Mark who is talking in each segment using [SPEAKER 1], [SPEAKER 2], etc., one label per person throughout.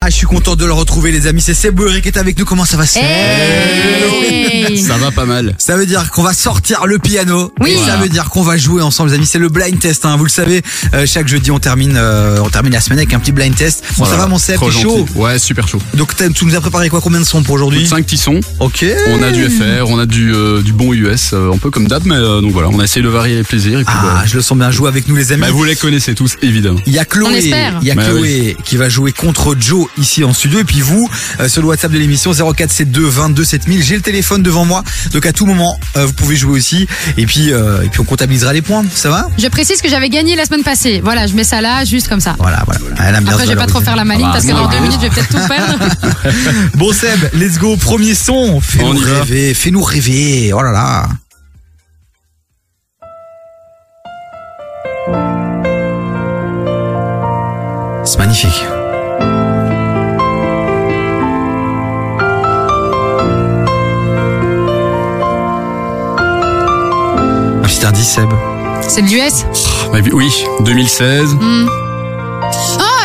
[SPEAKER 1] Ah, je suis content de le retrouver, les amis. C'est Seb Bourré qui est avec nous. Comment ça va, Seb
[SPEAKER 2] Hey
[SPEAKER 3] Ça va pas mal.
[SPEAKER 1] Ça veut dire qu'on va sortir le piano.
[SPEAKER 2] Oui.
[SPEAKER 1] Et ça
[SPEAKER 3] Voilà.
[SPEAKER 1] veut dire qu'on va jouer ensemble, les amis. C'est le blind test. hein. Vous le savez, euh, chaque jeudi, on termine, euh, on termine la semaine avec un petit blind test. Bon, ça va, mon Seb
[SPEAKER 3] Trop
[SPEAKER 1] T'es chaud
[SPEAKER 3] gentil. Ouais, super chaud.
[SPEAKER 1] Donc, t'as- tu nous as préparé quoi Combien de sons pour aujourd'hui
[SPEAKER 3] 5 petits sons.
[SPEAKER 1] Ok.
[SPEAKER 3] On a du FR, on a du, euh, du bon US, euh, un peu comme d'hab, mais euh, donc voilà, on a essayé de varier les plaisirs. Et puis,
[SPEAKER 1] Ah,
[SPEAKER 3] bah,
[SPEAKER 1] je le sens bien jouer avec nous, les amis.
[SPEAKER 3] bah, vous les connaissez tous, évidemment.
[SPEAKER 1] Il y a Chloé,
[SPEAKER 2] On espère.
[SPEAKER 1] il y a
[SPEAKER 3] Bah
[SPEAKER 1] Chloé qui va jouer contre Joe ici en studio et puis vous euh, sur le WhatsApp de l'émission 0472 22 7000. J'ai le téléphone devant moi donc à tout moment euh, vous pouvez jouer aussi et puis euh, et puis on comptabilisera les points. Ça va
[SPEAKER 2] Je précise que j'avais gagné la semaine passée. Voilà, je mets ça là, juste comme ça.
[SPEAKER 1] Voilà voilà. Elle aime bien
[SPEAKER 2] Après,
[SPEAKER 1] se
[SPEAKER 2] je vais pas trop
[SPEAKER 1] valoriser.
[SPEAKER 2] faire la maligne
[SPEAKER 3] Ah,
[SPEAKER 2] parce que
[SPEAKER 3] non,
[SPEAKER 2] dans
[SPEAKER 3] non.
[SPEAKER 2] deux minutes, je vais peut-être tout perdre.
[SPEAKER 1] Bon Seb, let's go premier son.
[SPEAKER 3] On
[SPEAKER 1] Fais-nous
[SPEAKER 3] y va.
[SPEAKER 1] rêver, fais-nous rêver. Oh là là. C'est magnifique. Un petit indice, Seb.
[SPEAKER 2] C'est de Oh, l'US.
[SPEAKER 3] Bah, oui, 2016,
[SPEAKER 2] Oh, attends,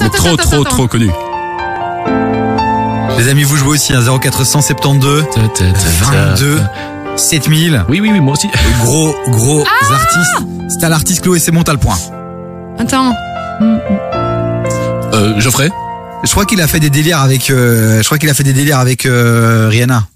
[SPEAKER 3] mais
[SPEAKER 2] attends,
[SPEAKER 3] trop,
[SPEAKER 2] attends,
[SPEAKER 3] trop,
[SPEAKER 2] attends.
[SPEAKER 3] trop connu.
[SPEAKER 1] Les amis, vous jouez aussi hein, à 0472 22 7000.
[SPEAKER 3] Oui, oui, oui, moi aussi.
[SPEAKER 1] Gros, gros artistes. C'est à l'artiste Chloé, c'est bon, t'as le point.
[SPEAKER 2] Attends.
[SPEAKER 3] Euh, Geoffrey
[SPEAKER 1] Je crois qu'il a fait des délires avec. euh, je crois qu'il a fait des délires avec euh, Rihanna.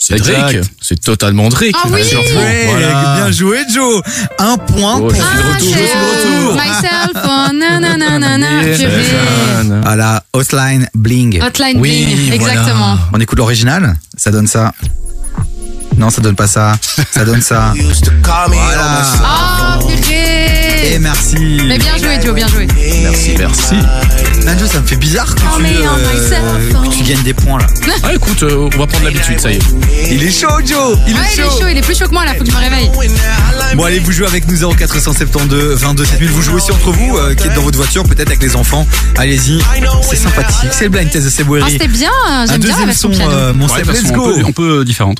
[SPEAKER 4] C'est
[SPEAKER 3] Drake.
[SPEAKER 4] Drake. C'est totalement Drake.
[SPEAKER 2] Ah oui
[SPEAKER 4] Ouais, voilà.
[SPEAKER 1] bien joué, Joe. Un point
[SPEAKER 4] Oh,
[SPEAKER 1] pour.
[SPEAKER 4] je suis de
[SPEAKER 2] Ah, c'est,
[SPEAKER 4] retour, je suis de
[SPEAKER 2] euh,
[SPEAKER 4] retour.
[SPEAKER 2] Myself, oh, nanana, nanana, je vais.
[SPEAKER 1] À la hotline bling.
[SPEAKER 2] Hotline
[SPEAKER 4] Oui,
[SPEAKER 2] Bing,
[SPEAKER 4] voilà.
[SPEAKER 2] exactement.
[SPEAKER 1] On écoute l'original. Ça donne ça. Non, ça donne pas ça. Ça donne ça.
[SPEAKER 5] used to call me on my
[SPEAKER 1] Voilà.
[SPEAKER 2] Oh, purée.
[SPEAKER 1] Et Eh, merci.
[SPEAKER 2] Mais bien joué, Joe, bien joué.
[SPEAKER 4] Merci, merci.
[SPEAKER 1] Banjo, ça me fait bizarre que
[SPEAKER 2] Oh,
[SPEAKER 1] tu,
[SPEAKER 2] mais on
[SPEAKER 1] euh,
[SPEAKER 2] myself. hein.
[SPEAKER 1] que tu gagnes des points là.
[SPEAKER 4] Ah écoute, euh, on va prendre l'habitude, ça y est.
[SPEAKER 1] Il est chaud, Joe. Il
[SPEAKER 2] Ouais, Ah, il est chaud, il est plus chaud que moi là, faut que je me réveille.
[SPEAKER 1] Bon allez vous jouez avec nous 0472 22 7000 Vous jouez aussi entre vous euh, qui êtes dans votre voiture Peut-être avec les enfants Allez-y C'est sympathique C'est le blind test de
[SPEAKER 2] Ah,
[SPEAKER 1] Seboueri
[SPEAKER 2] c'était bien,
[SPEAKER 1] Un
[SPEAKER 2] j'aime bien la
[SPEAKER 1] deuxième
[SPEAKER 2] version
[SPEAKER 1] son
[SPEAKER 2] piano.
[SPEAKER 1] euh, Mon
[SPEAKER 3] Ouais,
[SPEAKER 1] Seb
[SPEAKER 3] de
[SPEAKER 1] let's
[SPEAKER 3] façon
[SPEAKER 1] go
[SPEAKER 3] Un peu, un peu différente.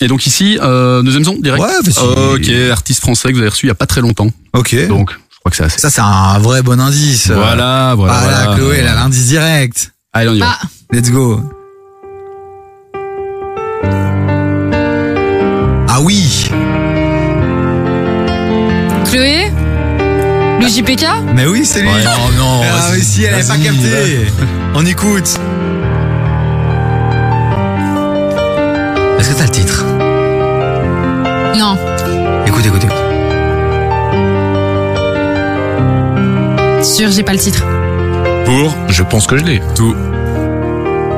[SPEAKER 3] Et donc ici, euh, deuxième son, direct
[SPEAKER 1] Ouais, vas-y.
[SPEAKER 3] Ok, artiste français que vous avez reçu il y a pas très longtemps.
[SPEAKER 1] Ok
[SPEAKER 3] Donc, je crois que c'est assez.
[SPEAKER 1] Ça c'est un vrai bon indice euh.
[SPEAKER 3] Voilà, voilà.
[SPEAKER 1] Ah là
[SPEAKER 3] voilà.
[SPEAKER 1] Chloé elle a l'indice direct
[SPEAKER 3] Allez, on y va.
[SPEAKER 2] Bah,
[SPEAKER 1] Let's go Ah oui
[SPEAKER 2] Chloé Le JPK
[SPEAKER 1] Mais oui c'est lui
[SPEAKER 4] Ouais, oh non,
[SPEAKER 1] Ah
[SPEAKER 4] vas-y,
[SPEAKER 1] mais si elle avait pas
[SPEAKER 4] vas-y,
[SPEAKER 1] capté On écoute Est-ce que t'as le titre
[SPEAKER 2] Non.
[SPEAKER 1] Écoute écoute écoute
[SPEAKER 2] Sûr, j'ai pas le titre.
[SPEAKER 4] va. Pour, je pense que je l'ai. Tout.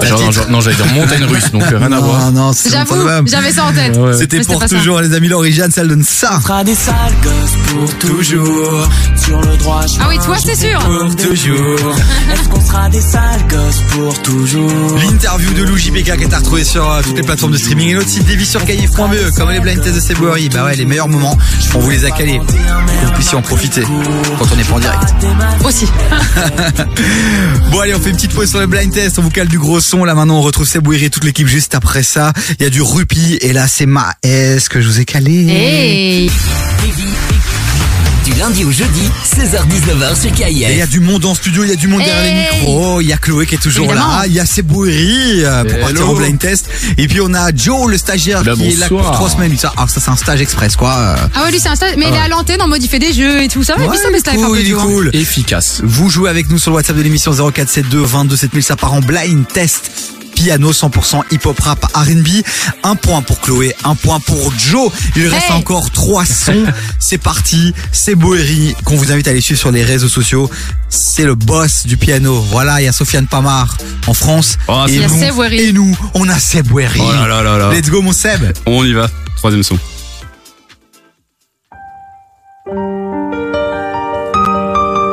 [SPEAKER 4] Ah, genre, non, genre- non, j'allais dire montagne russe, donc euh, rien à
[SPEAKER 1] non,
[SPEAKER 4] voir.
[SPEAKER 1] Non, c'est
[SPEAKER 2] J'avoue,
[SPEAKER 1] pas le même.
[SPEAKER 2] j'avais ça en tête.
[SPEAKER 4] Ouais.
[SPEAKER 1] C'était
[SPEAKER 2] Mais
[SPEAKER 1] pour
[SPEAKER 2] c'était pas
[SPEAKER 1] toujours, les amis, l'origine, ça donne ça.
[SPEAKER 6] fera des sales gosses pour toujours. Sur le droit chemin,
[SPEAKER 2] Ah oui, toi, c'est sûr.
[SPEAKER 6] pour toujours. Est-ce qu'on sera des sales gosses pour toujours
[SPEAKER 1] L'interview de Lou JPK qui est à retrouver sur euh, toutes les plateformes de streaming et notre site Davy sur caïf.be, E, comme les blind tests de Sebouari. Bah ouais, les meilleurs moments, on vous les a calés pour que vous puissiez en profiter quand on est pas en direct.
[SPEAKER 2] Aussi.
[SPEAKER 1] Bon allez, on fait une petite pause sur le blind test, on vous cale du gros son. Là maintenant, on retrouve Sebouiri et toute l'équipe juste après ça. Il y a du Rupi et là c'est ma S que je vous ai calé.
[SPEAKER 2] Hey.
[SPEAKER 7] Du lundi au jeudi, 16h-19h sur
[SPEAKER 1] Et il y
[SPEAKER 7] KIF.
[SPEAKER 1] a du monde en studio, il y a du monde derrière les
[SPEAKER 2] Hey
[SPEAKER 1] micros, il y a Chloé qui est toujours
[SPEAKER 2] Évidemment.
[SPEAKER 1] là, il y a Sebouiri euh, pour
[SPEAKER 4] Hello.
[SPEAKER 1] partir au blind test. Et puis on a Joe le stagiaire
[SPEAKER 4] Bah,
[SPEAKER 1] qui est là pour
[SPEAKER 4] bonsoir.
[SPEAKER 1] trois semaines. Ça, ah, ça c'est un stage express quoi. euh.
[SPEAKER 2] Ah ouais, lui, c'est un stage. Mais il est à l'antenne en mode Ah, il fait des jeux et tout ça. Mais
[SPEAKER 1] Ouais,
[SPEAKER 2] puis ça,
[SPEAKER 1] il
[SPEAKER 2] mais
[SPEAKER 1] est
[SPEAKER 2] c'est un
[SPEAKER 1] cool,
[SPEAKER 2] peu
[SPEAKER 1] il est
[SPEAKER 2] dur, hein.
[SPEAKER 1] cool.
[SPEAKER 4] Efficace.
[SPEAKER 1] Vous jouez avec nous sur le WhatsApp de l'émission 0472 22 7000, ça part en blind test. Piano 100% hip-hop rap R&B. Un point pour Chloé, un point pour Joe. Il reste
[SPEAKER 2] Hey.
[SPEAKER 1] encore trois sons. c'est parti, c'est Boeri qu'on vous invite à aller suivre sur les réseaux sociaux. C'est le boss du piano. Voilà, il y a Sofiane Pamar en France.
[SPEAKER 3] Oh,
[SPEAKER 1] et,
[SPEAKER 2] Il y a
[SPEAKER 1] nous,
[SPEAKER 2] Seb Boeri.
[SPEAKER 1] et nous, on a Seb Boeri.
[SPEAKER 3] Oh là là là là.
[SPEAKER 1] Let's go mon Seb.
[SPEAKER 3] On y va. Troisième son.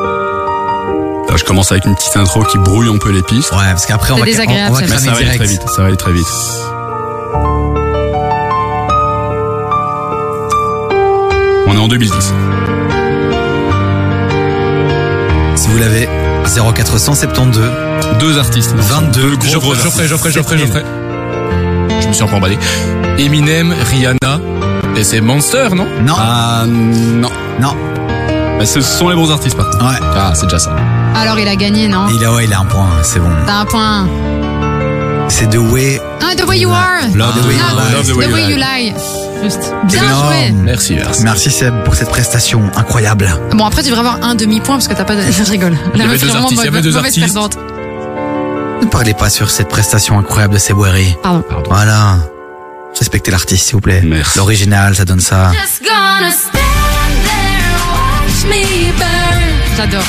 [SPEAKER 3] Là, je commence avec une petite intro qui brouille un peu les pistes.
[SPEAKER 1] Ouais, parce qu'après on
[SPEAKER 2] C'est
[SPEAKER 1] va,
[SPEAKER 2] désagréable,
[SPEAKER 1] on va
[SPEAKER 2] ça.
[SPEAKER 3] Mais
[SPEAKER 1] cramer
[SPEAKER 3] ça va aller
[SPEAKER 1] direct.
[SPEAKER 3] très vite. Ça va aller très vite. On est en 2010.
[SPEAKER 1] Si vous l'avez, 0472
[SPEAKER 3] Deux artistes.
[SPEAKER 1] 22
[SPEAKER 3] Gros, gros
[SPEAKER 4] Geoffrey, Geoffrey, Geoffrey, Geoffrey, Geoffrey. Je me suis encore emballé. Eminem, Rihanna, et c'est Monster, non
[SPEAKER 1] Non,
[SPEAKER 3] Ah non.
[SPEAKER 1] non,
[SPEAKER 3] Bah, ce sont les bons artistes par contre.
[SPEAKER 1] ouais.
[SPEAKER 4] Ah, c'est déjà ça.
[SPEAKER 2] Alors, il a gagné, non
[SPEAKER 1] Il a, ouais, il a un point, hein, c'est bon.
[SPEAKER 2] T'as un point.
[SPEAKER 1] C'est The Way.
[SPEAKER 2] Ah, The Way You Are.
[SPEAKER 1] Love the way
[SPEAKER 2] Ah,
[SPEAKER 1] you
[SPEAKER 2] oui,
[SPEAKER 1] are.
[SPEAKER 4] Love the way
[SPEAKER 2] The
[SPEAKER 4] you
[SPEAKER 2] Way You Lie. Juste. Bien joué.
[SPEAKER 1] Énorme.
[SPEAKER 4] Merci, merci.
[SPEAKER 1] Merci Seb pour cette prestation incroyable.
[SPEAKER 2] Bon, après, tu devrais avoir un demi-point parce que t'as pas de. Je rigole.
[SPEAKER 4] Il y
[SPEAKER 2] La
[SPEAKER 4] avait
[SPEAKER 2] meuf est
[SPEAKER 4] deux
[SPEAKER 2] vraiment
[SPEAKER 4] artistes, il y avait
[SPEAKER 2] mauvaise-
[SPEAKER 4] deux
[SPEAKER 2] mauvaise
[SPEAKER 4] artistes.
[SPEAKER 2] perdante.
[SPEAKER 1] Ne parlez pas sur cette prestation incroyable de Seb Wery.
[SPEAKER 2] Pardon.
[SPEAKER 1] Voilà. Respectez l'artiste, s'il vous plaît.
[SPEAKER 3] Merci.
[SPEAKER 1] L'original, ça donne ça.
[SPEAKER 5] Just gonna stand there and watch me burn.
[SPEAKER 2] J'adore.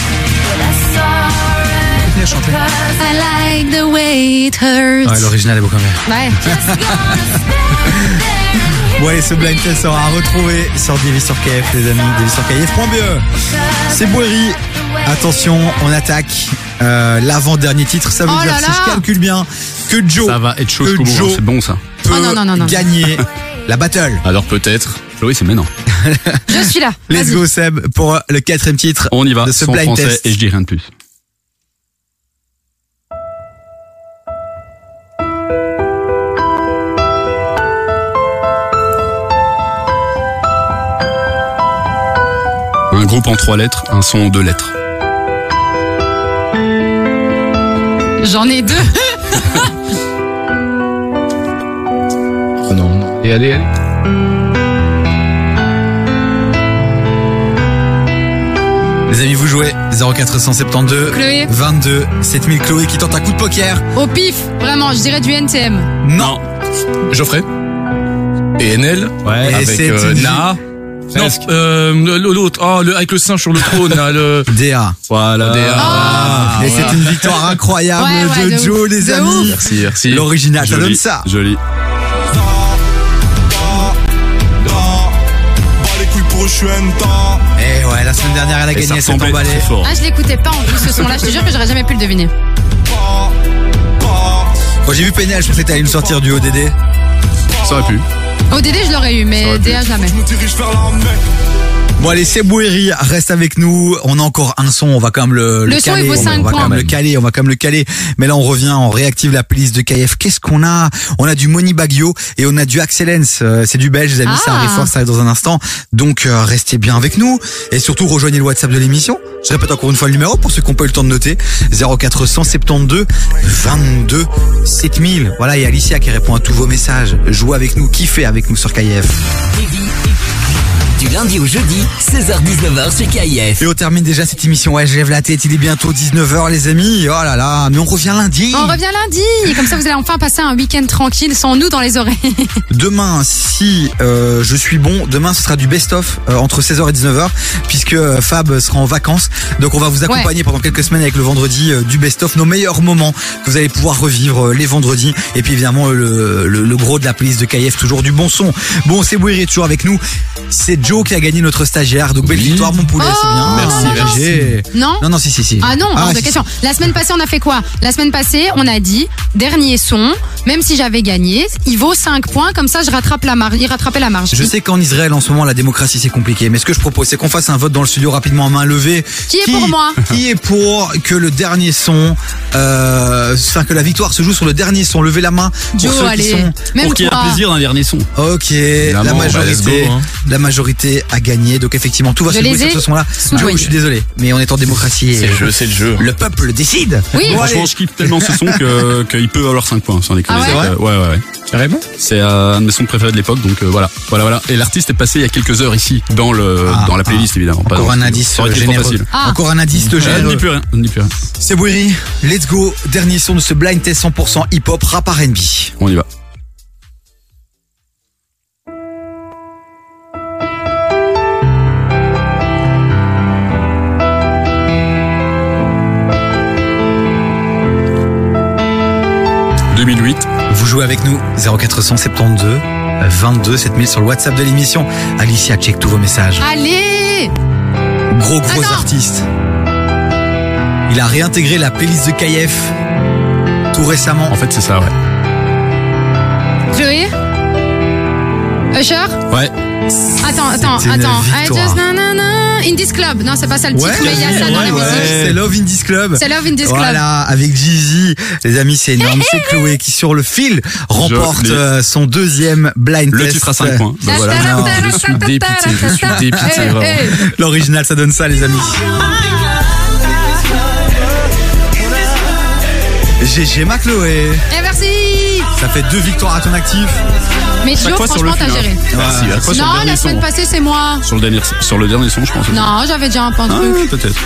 [SPEAKER 5] That's alright, cause I like the way it hurts.
[SPEAKER 1] Ouais, l'original Ah, est beaucoup mieux.
[SPEAKER 2] Ouais.
[SPEAKER 1] Ouais, ce blind test sera à retrouver sur Divi sur KF, les amis. Divi sur KF.be. C'est Boiry. E. Attention, on attaque euh, l'avant-dernier titre. Ça veut
[SPEAKER 2] Oh
[SPEAKER 1] dire,
[SPEAKER 2] là
[SPEAKER 1] si
[SPEAKER 2] là.
[SPEAKER 1] je calcule bien, que Joe
[SPEAKER 3] Ça va être chaud
[SPEAKER 1] Que
[SPEAKER 3] jusqu'au bout, hein,
[SPEAKER 1] Joe.
[SPEAKER 3] c'est bon ça.
[SPEAKER 1] peut
[SPEAKER 2] Oh non, non, non, non.
[SPEAKER 1] gagner la battle.
[SPEAKER 4] Alors peut-être.
[SPEAKER 3] Chloé, c'est maintenant.
[SPEAKER 2] Je suis là.
[SPEAKER 1] Let's
[SPEAKER 2] Vas-y.
[SPEAKER 1] go, Seb, pour le quatrième titre.
[SPEAKER 3] On y
[SPEAKER 1] De
[SPEAKER 3] va,
[SPEAKER 1] ce
[SPEAKER 3] sans
[SPEAKER 1] blind
[SPEAKER 3] français
[SPEAKER 1] test.
[SPEAKER 3] et je dis rien de plus. Un groupe en trois lettres, un son en deux lettres.
[SPEAKER 2] J'en ai deux.
[SPEAKER 4] Oh non. Et allez, allez.
[SPEAKER 1] Les amis, vous jouez 0472
[SPEAKER 2] Chloé.
[SPEAKER 1] 22 7000 Chloé qui tente un coup de poker.
[SPEAKER 2] Au pif. Vraiment, je dirais du NTM.
[SPEAKER 1] Non.
[SPEAKER 4] Geoffrey. Et NL.
[SPEAKER 1] Ouais. Et
[SPEAKER 4] Avec
[SPEAKER 1] c'est
[SPEAKER 4] euh,
[SPEAKER 1] une-
[SPEAKER 4] Na. Non, euh, l'autre. Oh, le, avec le singe sur le trône. là, le...
[SPEAKER 1] DA.
[SPEAKER 4] Voilà.
[SPEAKER 1] Ah,
[SPEAKER 2] Ah,
[SPEAKER 3] Ah,
[SPEAKER 1] Et c'est une victoire incroyable
[SPEAKER 2] Ouais, ouais,
[SPEAKER 1] de,
[SPEAKER 2] de
[SPEAKER 1] Joe,
[SPEAKER 2] ouf.
[SPEAKER 1] les
[SPEAKER 2] De
[SPEAKER 1] amis.
[SPEAKER 4] Merci, merci.
[SPEAKER 1] L'original, ça
[SPEAKER 3] Joli,
[SPEAKER 1] donne ça.
[SPEAKER 3] Joli.
[SPEAKER 1] Eh ouais, la semaine dernière, elle a gagné,
[SPEAKER 3] Et ça
[SPEAKER 1] elle s'est
[SPEAKER 3] ressemblait
[SPEAKER 1] emballée.
[SPEAKER 3] très fort.
[SPEAKER 2] Ah, je l'écoutais pas en plus ce son-là. Je te jure que j'aurais jamais pu le deviner.
[SPEAKER 1] Quand j'ai vu Pénal, je pensais que t'allais me sortir du ODD.
[SPEAKER 3] Ça aurait pu.
[SPEAKER 2] ODD, je l'aurais eu, mais DA, jamais.
[SPEAKER 1] Bon allez, c'est Bouhiri, reste avec nous. On a encore un son, on va quand même le,
[SPEAKER 2] Le son,
[SPEAKER 1] caler.
[SPEAKER 2] il vaut
[SPEAKER 1] on,
[SPEAKER 2] cinq
[SPEAKER 1] va quand
[SPEAKER 2] points.
[SPEAKER 1] même le caler, on va quand même le caler. Mais là, on revient, on réactive la playlist de KF. Qu'est-ce qu'on a On a du Money Baggio et on a du Axelens. Euh, C'est du belge, les amis, ça
[SPEAKER 2] Ah.
[SPEAKER 1] arrive fort, ça arrive dans un instant. Donc euh, restez bien avec nous et surtout rejoignez le WhatsApp de l'émission. Je répète encore une fois le numéro pour ceux qui n'ont pas eu le temps de noter. 0472 22 7000. Voilà, et Alicia qui répond à tous vos messages. Jouez avec nous, kiffez avec nous sur KF.
[SPEAKER 7] Lévi et Chloé. Du lundi au jeudi, 16h-19h sur KIF.
[SPEAKER 1] Et on termine déjà cette émission. Ouais, je lève la tête. Il est bientôt 19h, les amis. Oh là là, mais on revient lundi.
[SPEAKER 2] On revient lundi. Comme ça, vous allez enfin passer un week-end tranquille sans nous dans les oreilles.
[SPEAKER 1] Demain, si euh, je suis bon, demain ce sera du best-of euh, entre 16h et 19h, puisque euh, Fab sera en vacances. Donc on va vous accompagner pendant quelques semaines avec le vendredi euh, du best-of, nos meilleurs moments que vous allez pouvoir revivre euh, les vendredis. Et puis évidemment le, le- le gros de la playlist de KF, toujours du bon son. Bon, c'est Bouiri est toujours avec nous. C'est Joe qui a gagné notre stagiaire. Donc belle
[SPEAKER 3] Oui.
[SPEAKER 1] victoire, mon poulet, c'est bien.
[SPEAKER 2] Merci,
[SPEAKER 1] GG.
[SPEAKER 2] Non?
[SPEAKER 1] Non, non, si, si, si.
[SPEAKER 2] Ah non, hors de
[SPEAKER 1] si, si.
[SPEAKER 2] question. La semaine passée, on a fait quoi La semaine passée, on a dit dernier son, même si j'avais gagné, il vaut 5 points, comme ça je rattrape la marge, il rattrapait la marge.
[SPEAKER 1] Je sais qu'en Israël, en ce moment, la démocratie, c'est compliqué. Mais ce que je propose, c'est qu'on fasse un vote dans le studio rapidement à main levée.
[SPEAKER 2] Qui est pour moi
[SPEAKER 1] Qui est pour que le dernier son, euh, enfin, que la victoire se joue sur le dernier son? Levez la main pour
[SPEAKER 2] Joe,
[SPEAKER 1] ceux
[SPEAKER 2] allez.
[SPEAKER 1] qui sont.
[SPEAKER 2] Même
[SPEAKER 3] Pour qu'il y ait
[SPEAKER 2] toi.
[SPEAKER 3] un plaisir d'un dernier son.
[SPEAKER 1] Ok,
[SPEAKER 4] Évidemment,
[SPEAKER 1] la
[SPEAKER 4] bah,
[SPEAKER 1] majorité,
[SPEAKER 4] let's go, hein.
[SPEAKER 1] la majorité a gagné. Donc effectivement, tout va
[SPEAKER 2] Je
[SPEAKER 1] se jouer
[SPEAKER 2] les
[SPEAKER 1] sur
[SPEAKER 2] ai
[SPEAKER 1] ce son-là. Joe,
[SPEAKER 2] joyeux.
[SPEAKER 1] je suis désolé, mais on est en démocratie. et
[SPEAKER 4] C'est le jeu, c'est le jeu.
[SPEAKER 1] Le peuple décide.
[SPEAKER 2] Oui.
[SPEAKER 1] Bon,
[SPEAKER 3] Franchement,
[SPEAKER 1] allez.
[SPEAKER 3] je kiffe tellement ce son que- qu'il peut avoir 5 points, sans déconner.
[SPEAKER 2] Ah ouais
[SPEAKER 3] C'est, euh, ouais, ouais, ouais.
[SPEAKER 4] Carrément.
[SPEAKER 3] C'est euh, un de mes sons préférés de l'époque, donc euh, voilà, voilà, voilà. Et l'artiste est passé il y a quelques heures ici, dans le,
[SPEAKER 1] Ah,
[SPEAKER 3] dans la
[SPEAKER 1] ah.
[SPEAKER 3] playlist évidemment. pas
[SPEAKER 1] Encore
[SPEAKER 3] dans le
[SPEAKER 1] un
[SPEAKER 3] studio.
[SPEAKER 1] indice euh,
[SPEAKER 3] Ça aurait été trop
[SPEAKER 1] généreux.
[SPEAKER 3] facile.
[SPEAKER 2] Ah.
[SPEAKER 1] Encore un indice de
[SPEAKER 3] Euh,
[SPEAKER 1] généreux.
[SPEAKER 3] ni plus rien, ni plus rien.
[SPEAKER 1] C'est Bouiri. Let's go. Dernier son de ce blind test 100% hip-hop, rap R&B.
[SPEAKER 3] On y va. « 2008,
[SPEAKER 1] Vous jouez avec nous 0472 22 7000 sur le WhatsApp de l'émission. Alicia check tous vos messages.
[SPEAKER 2] Allez
[SPEAKER 1] Gros gros
[SPEAKER 2] Attends.
[SPEAKER 1] artiste. Il a réintégré la playlist de KF tout récemment.
[SPEAKER 3] en fait c'est ça, ouais.
[SPEAKER 2] Chloé Usher
[SPEAKER 3] Ouais,
[SPEAKER 2] Attends, attends,
[SPEAKER 1] C'était une
[SPEAKER 2] attends. I
[SPEAKER 1] victoire.
[SPEAKER 2] just na na na. In this club. Non, c'est pas ça le titre, mais il y a ça dans la
[SPEAKER 1] ouais,
[SPEAKER 2] musique.
[SPEAKER 1] c'est Love in This Club.
[SPEAKER 2] C'est Love in this club.
[SPEAKER 1] Voilà, avec Jeezy, les amis, c'est énorme. C'est Chloé qui, sur le fil, remporte
[SPEAKER 3] Joli.
[SPEAKER 1] euh, son deuxième blind
[SPEAKER 3] le
[SPEAKER 1] test.
[SPEAKER 3] titre à 5 points. Bah, voilà.
[SPEAKER 1] Non,
[SPEAKER 4] je suis dépité, je suis dépité,
[SPEAKER 2] Eh,
[SPEAKER 4] vraiment.
[SPEAKER 2] eh.
[SPEAKER 1] L'original, ça donne ça, les amis. GG ma Chloé.
[SPEAKER 2] Eh, merci
[SPEAKER 1] Ça fait deux victoires à ton actif.
[SPEAKER 2] Mais
[SPEAKER 3] Bah,
[SPEAKER 2] Joe,
[SPEAKER 4] fois sur
[SPEAKER 2] franchement,
[SPEAKER 4] le
[SPEAKER 2] t'as
[SPEAKER 4] fil, hein.
[SPEAKER 2] géré.
[SPEAKER 3] Merci, à quoi sur le
[SPEAKER 2] Non,
[SPEAKER 3] dernier
[SPEAKER 2] la semaine
[SPEAKER 3] son
[SPEAKER 2] passée, c'est moi.
[SPEAKER 3] Sur le dernier, sur le dernier son, je pense.
[SPEAKER 2] Non, j'avais déjà un pan de
[SPEAKER 3] Ah,
[SPEAKER 2] truc.
[SPEAKER 3] peut-être.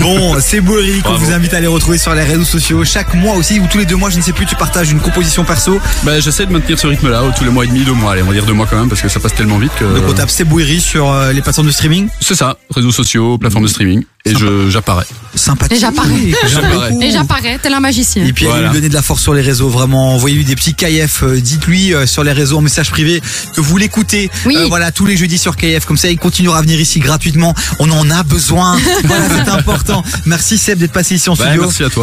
[SPEAKER 1] Bon, c'est Boris qu'on
[SPEAKER 3] Bravo.
[SPEAKER 1] vous invite à les retrouver sur les réseaux sociaux chaque mois aussi ou tous les deux mois, je ne sais plus, tu partages une composition perso.
[SPEAKER 3] Bah, j'essaie de maintenir ce rythme-là, euh, tous les mois et demi, deux mois. Allez, on va dire deux mois quand même, parce que ça passe tellement vite que.
[SPEAKER 1] Donc on tape c'est Boris sur euh, les plateformes de streaming.
[SPEAKER 3] C'est ça, réseaux sociaux, plateforme de streaming, et je j'apparais.
[SPEAKER 1] Sympathique.
[SPEAKER 2] Et j'apparais.
[SPEAKER 3] J'apparais.
[SPEAKER 1] Ah.
[SPEAKER 2] Et j'apparais, tel un magicien.
[SPEAKER 1] Et puis allez
[SPEAKER 3] Voilà.
[SPEAKER 1] lui donner de la force sur les réseaux, vraiment. Envoyez-lui des petits KF, euh, dites-lui euh, sur les réseaux en message privé que vous l'écoutez. Euh,
[SPEAKER 2] Oui.
[SPEAKER 1] voilà, tous les jeudis sur KF, comme ça il continuera à venir ici gratuitement. On en a besoin. voilà, c'est important. Merci Seb d'être passé ici en
[SPEAKER 3] Bah,
[SPEAKER 1] studio.
[SPEAKER 3] merci à toi.